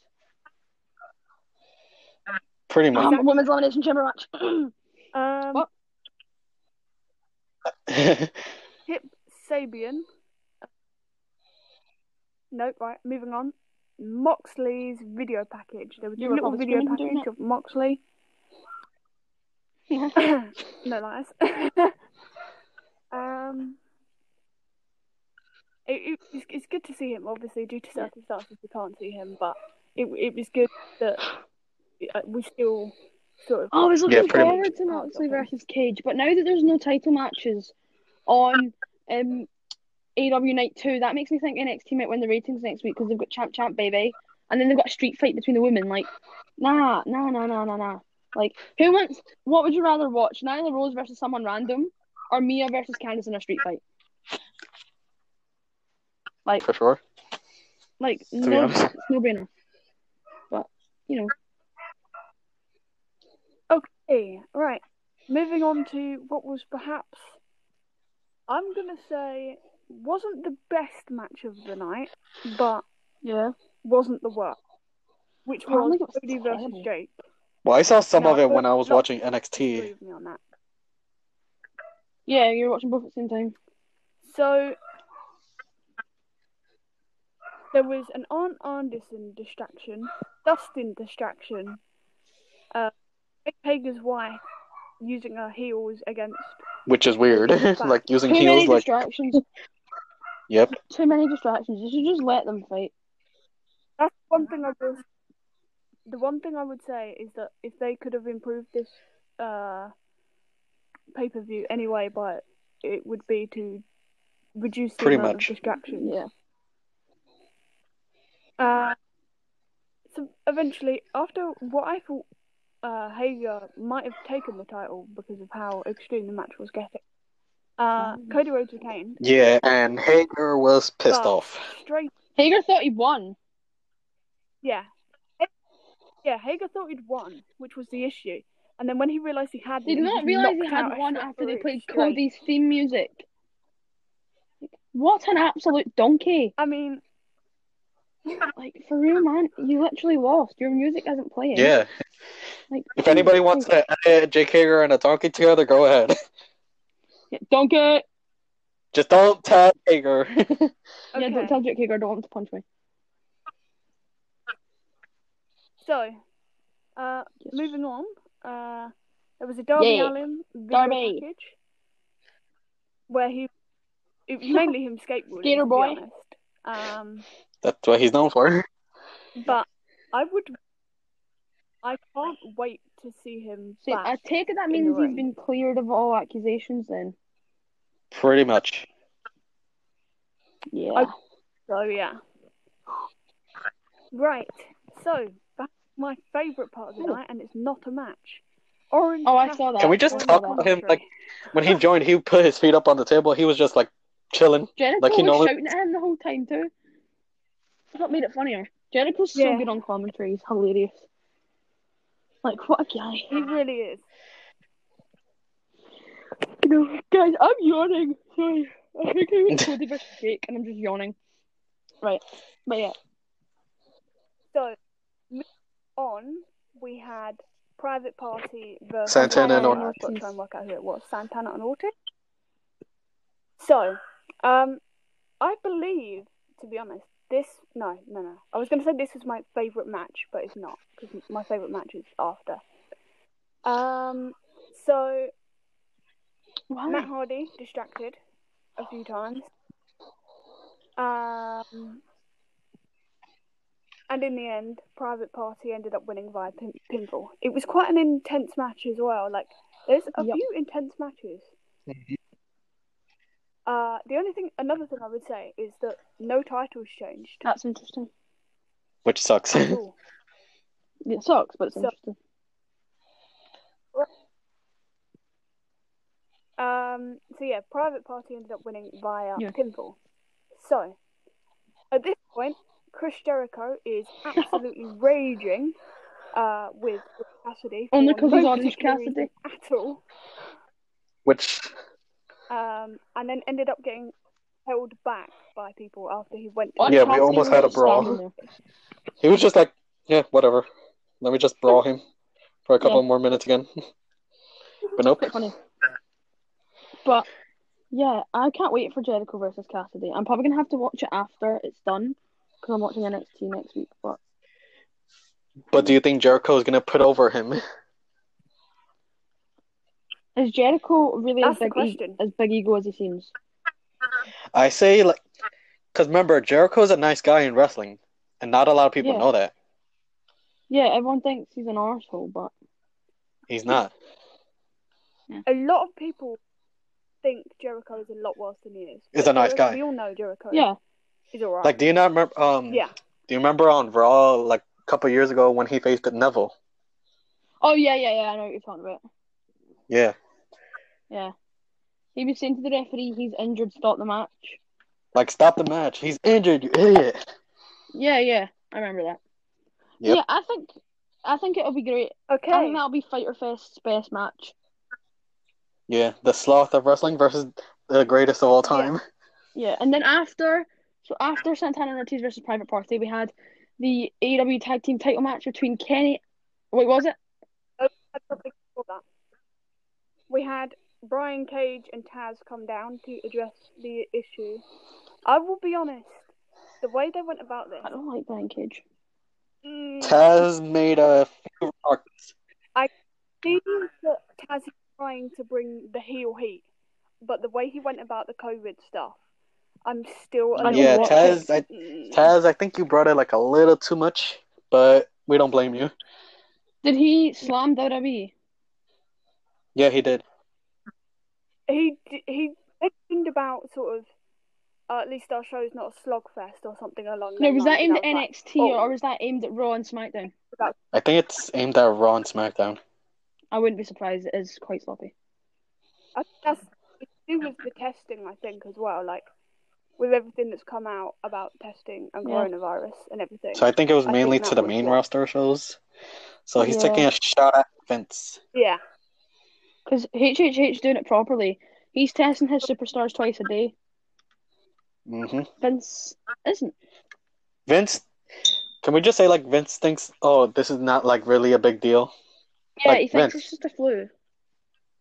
Speaker 3: Pretty much.
Speaker 1: Um, women's elimination chamber match.
Speaker 2: Um,
Speaker 1: What?
Speaker 2: Kip Sabian. Nope, right, moving on. Moxley's video package. There was
Speaker 1: You
Speaker 2: a little
Speaker 1: little
Speaker 2: video
Speaker 1: woman doing
Speaker 2: package of Moxley.
Speaker 1: Yeah.
Speaker 2: no lies. um, it, it, it's, it's good to see him. Obviously, due to circumstances, we can't see him, but it it was good that uh, we still sort of.
Speaker 1: Oh, I was looking
Speaker 3: Yeah, pretty
Speaker 1: forward
Speaker 2: much.
Speaker 1: to Moxley
Speaker 2: Oh, okay.
Speaker 1: versus Cage, but now that there's no title matches on um, AW Night 2, that makes me think NXT might win the ratings next week because they've got Champ Champ Baby, and then they've got a street fight between the women. Like, nah, nah, nah, nah, nah, nah. Like, who wants, what would you rather watch? Nyla Rose versus someone random, or Mia versus Candice in a street fight? Like,
Speaker 3: For sure.
Speaker 1: like
Speaker 3: To be
Speaker 1: no,
Speaker 3: honest.
Speaker 1: it's no brainer. But, you know,
Speaker 2: Okay, right. Moving on to what was perhaps, I'm gonna say, wasn't the best match of the night, but
Speaker 1: yeah.
Speaker 2: wasn't the worst. Which
Speaker 1: I don't
Speaker 2: was
Speaker 1: think it was
Speaker 2: Cody versus
Speaker 1: terrible.
Speaker 2: Jake.
Speaker 3: Well, I saw some
Speaker 2: No,
Speaker 3: of it when I was
Speaker 2: no.
Speaker 3: watching NXT.
Speaker 2: Agree with me on that.
Speaker 1: Yeah, you're watching both at the same time.
Speaker 2: So there was an Arn Anderson distraction, Dustin distraction, uh, Jake Hager's wife using her heels against.
Speaker 3: Which is weird. like using
Speaker 1: Too many
Speaker 3: heels, like
Speaker 1: distractions.
Speaker 3: yep.
Speaker 1: too many distractions. You should just let them fight.
Speaker 2: That's one thing I will. The one thing I would say is that if they could have improved this uh, pay per view anyway, but it would be to reduce the
Speaker 3: Pretty
Speaker 2: amount
Speaker 3: much.
Speaker 2: of distractions.
Speaker 1: Yeah.
Speaker 2: Uh, so eventually, after what I thought uh, Hager might have taken the title because of how extreme the match was getting, uh,
Speaker 1: Mhm.
Speaker 2: Cody Rhodes retained.
Speaker 3: Yeah, and Hager was pissed
Speaker 2: but
Speaker 3: off.
Speaker 2: Straight,
Speaker 1: Hager thought he won.
Speaker 2: yeah, Ha- yeah. Hager thought he'd won, which was the issue. And then when he realized he hadn't,
Speaker 1: Did not
Speaker 2: just
Speaker 1: realize he
Speaker 2: knocked out
Speaker 1: had
Speaker 2: a
Speaker 1: one
Speaker 2: shot
Speaker 1: after they
Speaker 2: for
Speaker 1: played
Speaker 2: each. Like,
Speaker 1: Cody's theme music. What an absolute donkey!
Speaker 2: I mean,
Speaker 1: Like for real, man, you literally lost. Your music isn't playing.
Speaker 3: Yeah.
Speaker 1: Like
Speaker 3: If anybody wants to edit Jake Hager and a donkey together, go ahead.
Speaker 1: Yeah, donkey.
Speaker 3: Just don't tell Hager.
Speaker 1: Yeah,
Speaker 2: okay.
Speaker 1: don't tell Jake Hager. I don't want him to punch me.
Speaker 2: so, uh, moving on. Uh, there was a Darby
Speaker 1: Yeah.
Speaker 2: Allin video
Speaker 1: Darby.
Speaker 2: package where he, it was mainly him skateboarding.
Speaker 1: Skater
Speaker 2: to be
Speaker 1: boy.
Speaker 2: honest. Um,
Speaker 3: That's what he's known for.
Speaker 2: but I would, I can't wait to see him.
Speaker 1: See,
Speaker 2: back.
Speaker 1: I take it that
Speaker 2: in the
Speaker 1: means he's
Speaker 2: ring.
Speaker 1: been cleared of all accusations. Then.
Speaker 3: Pretty much.
Speaker 1: Yeah.
Speaker 2: I- So yeah. Right. So that's my favourite part of the
Speaker 1: Oh.
Speaker 2: night, and it's not a match. Orange.
Speaker 1: Oh, I
Speaker 2: Cassidy
Speaker 1: saw that.
Speaker 3: Can we just
Speaker 1: I
Speaker 2: on
Speaker 1: saw
Speaker 3: talk
Speaker 1: that.
Speaker 3: about him,
Speaker 2: commentary.
Speaker 3: When he joined, he put his feet up on the table. He was just like chilling.
Speaker 1: Jericho
Speaker 3: Like, he
Speaker 1: was
Speaker 3: knows-
Speaker 1: shouting at him the whole time too. That's what made it funnier. Jericho's so
Speaker 2: Yeah.
Speaker 1: good on commentary. He's hilarious. Like what a guy.
Speaker 2: He really is.
Speaker 1: You know, guys, I'm yawning. Sorry, I think I was Cody versus Jake, and I'm just yawning. Right, but yeah,
Speaker 2: So moving on, we had Private Party versus
Speaker 3: Santana and
Speaker 2: uh,
Speaker 1: Ortiz.
Speaker 2: I've got to try and work out who it was. Santana and Ortiz. So, um, I believe, to be honest, this no, no, no. I was going to say this was my favorite match, but it's not because my favorite match is after. Um, so Matt
Speaker 1: wow.
Speaker 2: Hardy distracted a few times. Um, and in the end, Private Party ended up winning via pin- pinfall. It was quite an intense match as well. Like, there's a
Speaker 1: Yep.
Speaker 2: few intense matches.
Speaker 3: Mhm.
Speaker 2: Uh, the only thing, another thing I would say is that no titles changed
Speaker 1: that's interesting.
Speaker 3: Which sucks.
Speaker 2: at all.
Speaker 1: It sucks, but it's
Speaker 2: So-
Speaker 1: interesting.
Speaker 2: Um, so yeah, Private Party ended up winning via
Speaker 1: Yeah.
Speaker 2: pinfall. So at this point, Chris Jericho is absolutely raging uh, with Orange Cassidy. for
Speaker 1: Only 'cause he's
Speaker 2: no
Speaker 1: Orange
Speaker 2: particular
Speaker 1: Cassidy.
Speaker 2: reason at all,
Speaker 3: Which
Speaker 2: um, and then ended up getting held back by people after he went. To
Speaker 1: Orange
Speaker 3: Yeah, we
Speaker 1: Cassidy
Speaker 3: almost
Speaker 1: was
Speaker 3: had a
Speaker 1: just
Speaker 3: brawl.
Speaker 1: standing there.
Speaker 3: he was just like, yeah, whatever. Let me just brawl him for a couple
Speaker 1: Yeah.
Speaker 3: more minutes again. but nope.
Speaker 1: Quite funny. But yeah, I can't wait for Jericho versus Cassidy. I'm probably gonna have to watch it after it's done because I'm watching NXT next week. But
Speaker 3: But do you think Jericho is gonna put over him?
Speaker 1: is Jericho really as
Speaker 2: That's the
Speaker 1: big, e-
Speaker 2: question.
Speaker 1: as big ego as he seems?
Speaker 3: I say like, because remember, Jericho's a nice guy in wrestling, and not a lot of people
Speaker 1: Yeah.
Speaker 3: know that.
Speaker 1: Yeah, everyone thinks he's an arsehole, but
Speaker 3: He's not.
Speaker 2: a lot of people think Jericho is a lot worse than he is.
Speaker 3: He's
Speaker 2: But
Speaker 3: a nice
Speaker 2: Jericho-
Speaker 3: guy.
Speaker 2: We all know Jericho.
Speaker 1: yeah,
Speaker 2: he's alright.
Speaker 3: Like, do you not remember? Um,
Speaker 2: yeah,
Speaker 3: Do you remember on Raw like a couple years ago when he faced Neville?
Speaker 1: oh yeah, yeah, yeah. I know what you're talking about.
Speaker 3: Yeah,
Speaker 1: Yeah. He was saying to the referee, he's injured, stop the match.
Speaker 3: like stop the match. He's injured, you idiot.
Speaker 1: Yeah, yeah, I remember that.
Speaker 3: Yep.
Speaker 1: Yeah, I think I think it'll be great.
Speaker 2: okay.
Speaker 1: I think that'll be Fighter Fest's best match.
Speaker 3: Yeah, the sloth of wrestling versus the greatest of all time.
Speaker 1: Yeah, and then after so after Santana and Ortiz versus Private Party, we had the AEW Tag Team Title match between Kenny. Wait, was it?
Speaker 2: had something before that. We had Brian Cage and Taz come down to address the issue. I will be honest, the way they went about this,
Speaker 1: I don't like Brian Cage.
Speaker 2: mm,
Speaker 3: Taz made a few remarks.
Speaker 2: seems that Taz is trying to bring the heel heat, but the way he went about the COVID stuff, I'm still a
Speaker 1: I
Speaker 2: little
Speaker 3: Yeah,
Speaker 1: what-
Speaker 2: bit-
Speaker 3: Taz. I,
Speaker 2: Mm.
Speaker 3: Taz, I think you brought it like a little too much, but we don't blame you.
Speaker 1: Did he slam E? WWE?
Speaker 3: Yeah, he did.
Speaker 2: he d- he mentioned about sort of uh, at least our show's not a slogfest or something along.
Speaker 1: No,
Speaker 2: them
Speaker 1: was that
Speaker 2: lines, and
Speaker 1: aimed at
Speaker 2: I like,
Speaker 1: NXT
Speaker 2: oh.
Speaker 1: or was that aimed at Raw and SmackDown?
Speaker 3: I think it's aimed at Raw and SmackDown.
Speaker 1: I wouldn't be surprised. It is quite sloppy.
Speaker 2: I think that's it's to do with the testing, I think, as well. Like with everything that's come out about testing and
Speaker 1: Yeah.
Speaker 2: coronavirus and everything.
Speaker 3: So I think it was
Speaker 2: I
Speaker 3: mainly
Speaker 2: think
Speaker 3: to
Speaker 2: that
Speaker 3: the
Speaker 2: was
Speaker 3: main
Speaker 2: it.
Speaker 3: roster shows. So he's
Speaker 1: Yeah.
Speaker 3: taking a shot at fence.
Speaker 2: Yeah.
Speaker 1: Because HHH doing it properly. He's testing his superstars twice a day.
Speaker 3: hmm
Speaker 1: Vince isn't.
Speaker 3: Vince, can we just say like Vince thinks, oh, this is not like really a big deal.
Speaker 1: Yeah,
Speaker 3: Like
Speaker 1: he thinks
Speaker 3: Vince.
Speaker 1: it's just a flu.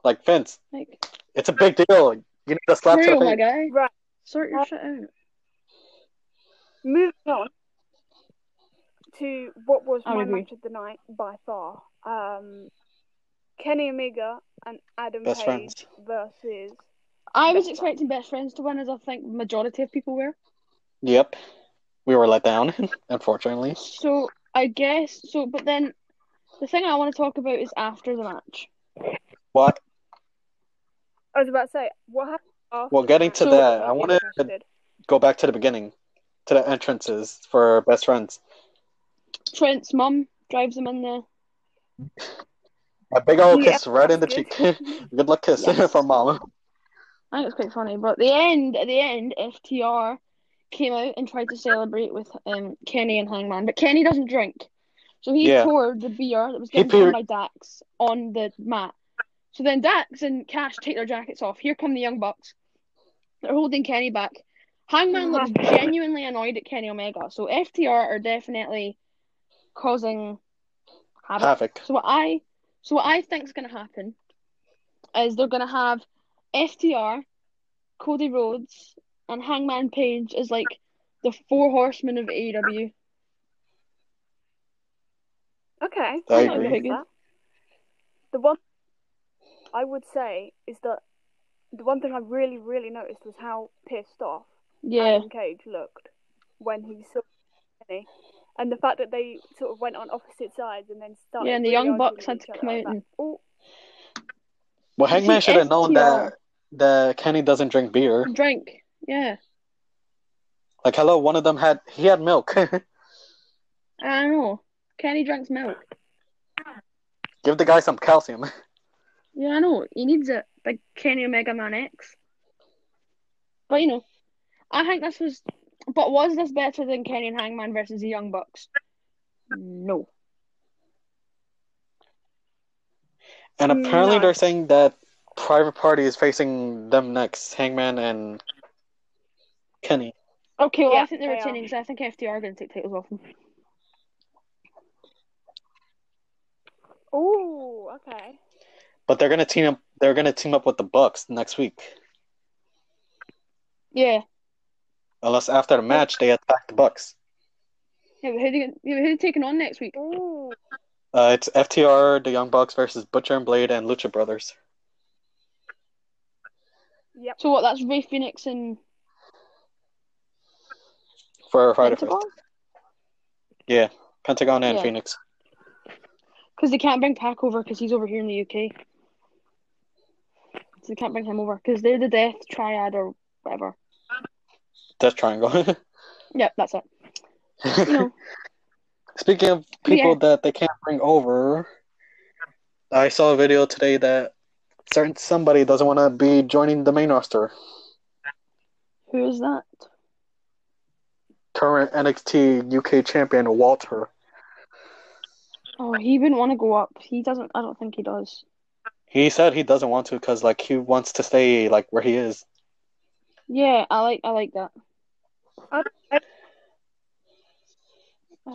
Speaker 3: Like Vince,
Speaker 1: Like,
Speaker 3: it's a big deal. You need a slap to the
Speaker 1: real, my
Speaker 3: face.
Speaker 1: guy.
Speaker 2: Right.
Speaker 1: Sort your shit out.
Speaker 2: Moving on to what was
Speaker 1: I
Speaker 2: my
Speaker 1: agree.
Speaker 2: match of the night by far. Um, Kenny Omega and Adam
Speaker 3: Best
Speaker 2: Page
Speaker 3: friends.
Speaker 2: versus
Speaker 1: I was
Speaker 2: Best
Speaker 1: expecting best friends to win, as I think majority of people were.
Speaker 3: Yep, we were let down, unfortunately.
Speaker 1: So I guess so. But then the thing I want to talk about is after the match.
Speaker 3: What?
Speaker 2: I was about to say what happened after
Speaker 3: Well, getting
Speaker 2: the
Speaker 3: to
Speaker 2: match?
Speaker 3: that, I
Speaker 2: I'm
Speaker 3: wanna-
Speaker 2: interested.
Speaker 3: Go back to the beginning, to the entrances for best friends.
Speaker 1: Trent's mum drives him in the
Speaker 3: A big old
Speaker 2: Yeah,
Speaker 3: kiss right in the
Speaker 2: that's
Speaker 3: cheek.
Speaker 2: good.
Speaker 3: Good luck kiss
Speaker 1: Yes.
Speaker 3: from mom.
Speaker 1: I think it's quite funny. But at the end, at the end, FTR came out and tried to celebrate with um, Kenny and Hangman, but Kenny doesn't drink, so he
Speaker 3: Yeah.
Speaker 1: poured the beer that was
Speaker 3: He
Speaker 1: given to him by
Speaker 3: poured-
Speaker 1: Dax on the mat. So then Dax and Cash take their jackets off. Here come the Young Bucks. They're holding Kenny back. Hangman looks genuinely annoyed at Kenny Omega. So FTR are definitely causing havoc.
Speaker 3: Havoc.
Speaker 1: So what I so what I think's gonna happen is they're gonna have FTR, Cody Rhodes, and Hangman Page as like the four horsemen of E AEW.
Speaker 2: Okay,
Speaker 3: I
Speaker 2: I'm
Speaker 3: agree.
Speaker 2: with that. The one I would say is that the one thing I really, really noticed was how pissed off
Speaker 1: Yeah.
Speaker 2: Adam Cage looked when he saw Kenny, and the fact that they sort of went on opposite sides and then started.
Speaker 1: Yeah, and the
Speaker 2: really
Speaker 1: Young
Speaker 2: arguing
Speaker 1: Bucks
Speaker 2: with
Speaker 1: had
Speaker 2: each
Speaker 1: to
Speaker 2: other.
Speaker 1: come
Speaker 2: I was
Speaker 1: out
Speaker 2: like,
Speaker 1: and-
Speaker 2: "Oh,
Speaker 3: Well,
Speaker 1: You
Speaker 3: Hangman
Speaker 1: see,
Speaker 3: should have known that
Speaker 1: FTR.
Speaker 3: that Kenny doesn't drink beer.
Speaker 1: Drink. Yeah.
Speaker 3: Like, hello, one of them had he had milk.
Speaker 1: I know. Kenny drinks milk.
Speaker 3: Give the guy some calcium.
Speaker 1: Yeah, I know. He needs it. Like Kenny Omega Man X. But you know, I think this was. But was this better than Kenny and Hangman versus the Young Bucks? No.
Speaker 3: And
Speaker 1: Mm,
Speaker 3: apparently,
Speaker 2: No.
Speaker 3: they're saying that Private Party is facing them next, Hangman and Kenny.
Speaker 1: Okay, well,
Speaker 2: Yeah,
Speaker 1: I think they're
Speaker 2: they are.
Speaker 1: retaining because I think FTR are going to take titles off them.
Speaker 2: oh, okay."
Speaker 3: But they're gonna team up. They're gonna team up with the Bucks next week,
Speaker 1: Yeah.
Speaker 3: unless after the match they attack the Bucks.
Speaker 1: Yeah, but who they, yeah, but who they taking on next week?
Speaker 2: Ooh,
Speaker 3: Uh, it's FTR, the Young Bucks versus Butcher and Blade and Lucha Brothers.
Speaker 2: yep.
Speaker 1: So what? That's Ray Phoenix and
Speaker 3: for Friday the
Speaker 1: Pentagon
Speaker 3: Fifth. Pentagon and
Speaker 1: Yeah.
Speaker 3: Phoenix.
Speaker 1: because they can't bring Pac over because he's over here in the UK. So they can't bring him over because they're the Death Triad or whatever.
Speaker 3: Death Triangle.
Speaker 1: Yep, that's it. You know,
Speaker 3: Speaking of people
Speaker 1: Yeah.
Speaker 3: that they can't bring over, I saw a video today that certain somebody doesn't want to be joining the main roster.
Speaker 1: who is that?
Speaker 3: Current NXT UK champion Walter.
Speaker 1: Oh, he wouldn't want to go up. He doesn't. I don't think he does.
Speaker 3: He said he doesn't want to because like he wants to stay like where he is.
Speaker 1: Yeah, I like. I like that.
Speaker 2: I,
Speaker 1: I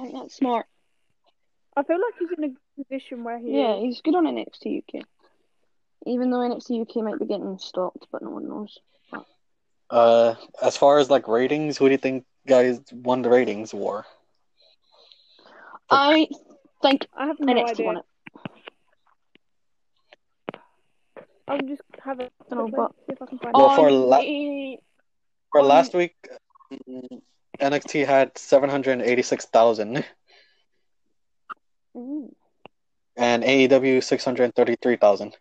Speaker 1: think that's smart.
Speaker 2: I feel like he's in a good position where he
Speaker 1: Yeah,
Speaker 2: is.
Speaker 1: he's good on NXT UK. Even though NXT UK might be getting stopped, but no one knows.
Speaker 3: Uh, as far as like ratings, who do you think guys won the ratings war?
Speaker 1: I think
Speaker 2: I have no
Speaker 1: NXT
Speaker 2: idea.
Speaker 1: won it.
Speaker 2: I'm just having.
Speaker 1: Dunno,
Speaker 2: quickly,
Speaker 1: but-
Speaker 2: see if I can find
Speaker 3: Well,
Speaker 2: it.
Speaker 3: for la-
Speaker 1: eh,
Speaker 3: For
Speaker 1: Um,
Speaker 3: last week, mm, NXT had seven hundred eighty-six thousand.
Speaker 1: mm.
Speaker 3: and AEW six hundred thirty three thousand.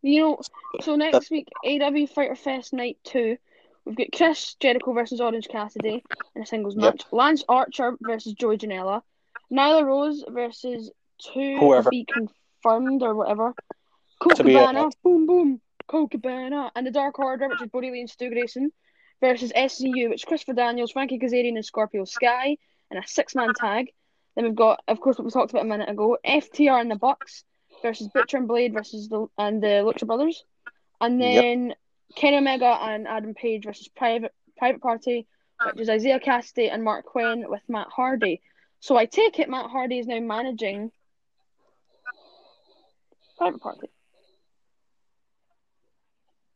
Speaker 1: You know, so next week, AW Fighter Fest Night 2, we've got Chris Jericho versus Orange Cassidy in a singles
Speaker 3: Yep.
Speaker 1: match, Lance Archer versus Joey Janela, Nyla Rose versus two
Speaker 3: Whoever.
Speaker 1: be confirmed or whatever, Cole
Speaker 3: To be
Speaker 1: Cabana,
Speaker 3: announced.
Speaker 1: boom boom, Cole Cabana, and the Dark Order, which is Brody Lee and Stu Grayson, versus SCU, which is Christopher Daniels, Frankie Kazarian, and Scorpio Sky, in a six man tag. Then we've got, of course, what we talked about a minute ago: FTR and the Bucks versus Butcher and Blade versus the and the Lucha Brothers, and
Speaker 3: Yep.
Speaker 1: then Kenny Omega and Adam Page versus Private Private Party, which is Isaiah Cassidy and Mark Quinn with Matt Hardy. So I take it Matt Hardy is now managing Private Party.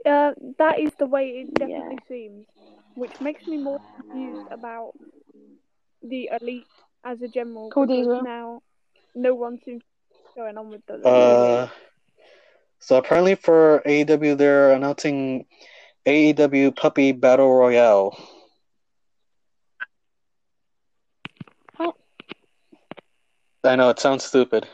Speaker 2: Uh, that is the way it definitely
Speaker 1: Yeah.
Speaker 2: seems, which makes me more confused about the elite as a general.
Speaker 1: Cody as
Speaker 2: because
Speaker 1: well.
Speaker 2: now, no one seems going on with those.
Speaker 3: Uh, so apparently for AEW, they're announcing AEW Puppy Battle Royale.
Speaker 1: How-
Speaker 3: I know it sounds stupid.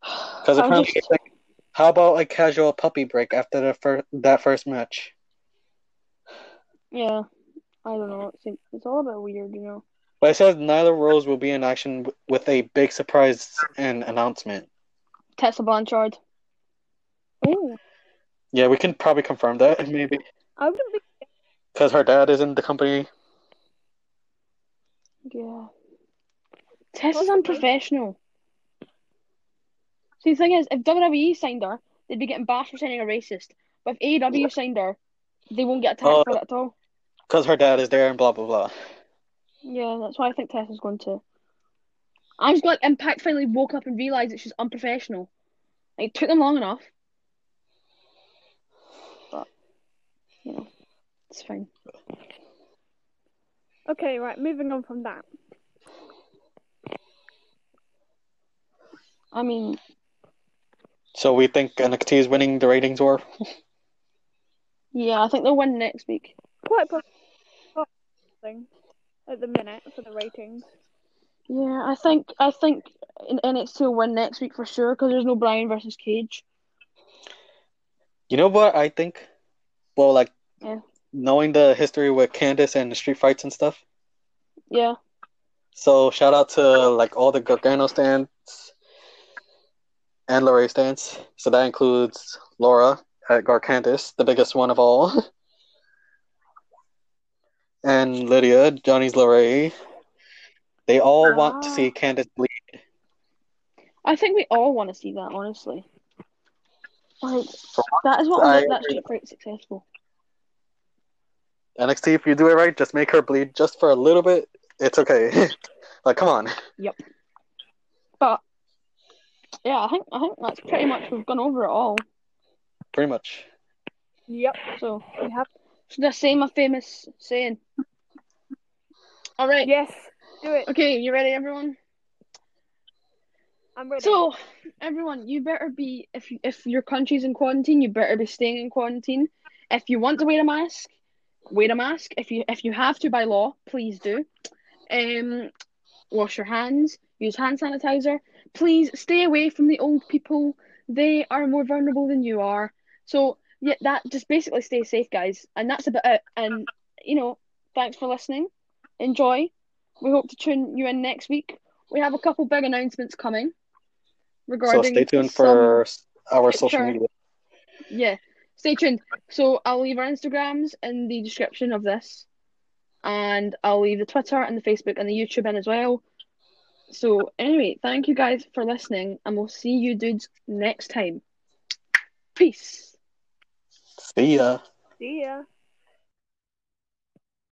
Speaker 3: Because
Speaker 1: I'm
Speaker 3: apparently,
Speaker 1: just-
Speaker 3: like, how about a casual puppy break after the fir- that first match?
Speaker 1: yeah, I don't know. It seems, it's all a bit weird, you know.
Speaker 3: But it says Nyla Rose will be in action w- with a big surprise and announcement.
Speaker 1: Tessa Blanchard.
Speaker 2: Oh,
Speaker 3: Yeah, we can probably confirm that maybe
Speaker 2: I wouldn't be.
Speaker 3: because her dad is in the company.
Speaker 1: Yeah. Tessa's
Speaker 2: Possibly.
Speaker 1: unprofessional. See, the thing is, if WWE signed her, they'd be getting bashed for signing a racist. But if AEW signed her, they won't get attacked
Speaker 3: Oh.
Speaker 1: for it at all.
Speaker 3: Because her dad is there and blah blah blah.
Speaker 1: Yeah, that's why I think Tessa's going to. I'm just glad Impact finally woke up and realised that she's unprofessional. Like, it took them long enough. But, you know, it's fine.
Speaker 2: Okay, right. Moving on from that.
Speaker 1: I mean,
Speaker 3: So we think NXT is winning the ratings war.
Speaker 1: yeah, I think they'll win next week.
Speaker 2: Quite possibly at the minute for the ratings.
Speaker 1: Yeah, I think I think in NXT will win next week for sure because there's no Bryan versus Cage.
Speaker 3: You know what I think? Well, like
Speaker 1: Yeah.
Speaker 3: knowing the history with Candice and the street fights and stuff.
Speaker 1: Yeah,
Speaker 3: So shout out to like all the Gargano stands and Lorray stands. So that includes Laura at Garcantis, the biggest one of all. And Lydia, Johnny's Lorray. They all want to
Speaker 1: Ah.
Speaker 3: see Candice bleed.
Speaker 1: I think we all want to see that honestly. Like
Speaker 3: For
Speaker 1: that is what
Speaker 3: I
Speaker 1: will make that
Speaker 3: agree.
Speaker 1: street fight successful.
Speaker 3: NXT, if you do it right, just make her bleed just for a little bit. It's okay. like, come on.
Speaker 1: But yeah, I think I think that's pretty much we've gone over it all.
Speaker 3: Pretty much.
Speaker 2: Yep.
Speaker 1: So
Speaker 2: We have.
Speaker 1: should I say my famous saying? All right.
Speaker 2: Yes. Do it.
Speaker 1: Okay, you ready, everyone?
Speaker 2: I'm ready.
Speaker 1: So, everyone, you better be if if your country's in quarantine, you better be staying in quarantine. If you want to wear a mask, wear a mask. If you if you have to by law, please do. Um, wash your hands. Use hand sanitizer. Please stay away from the old people. They are more vulnerable than you are. So yeah, that just basically stay safe, guys. And that's about it. And you know, thanks for listening. Enjoy. We hope to tune you in next week. We have a couple big announcements coming regarding.
Speaker 3: So stay tuned
Speaker 1: some-
Speaker 3: for our social
Speaker 1: picture.
Speaker 3: media.
Speaker 1: yeah, stay tuned. So I'll leave our Instagrams in the description of this, and I'll leave the Twitter and the Facebook and the YouTube in as well. So anyway, thank you guys for listening, and we'll see you dudes next time. Peace.
Speaker 3: See ya.
Speaker 2: See ya.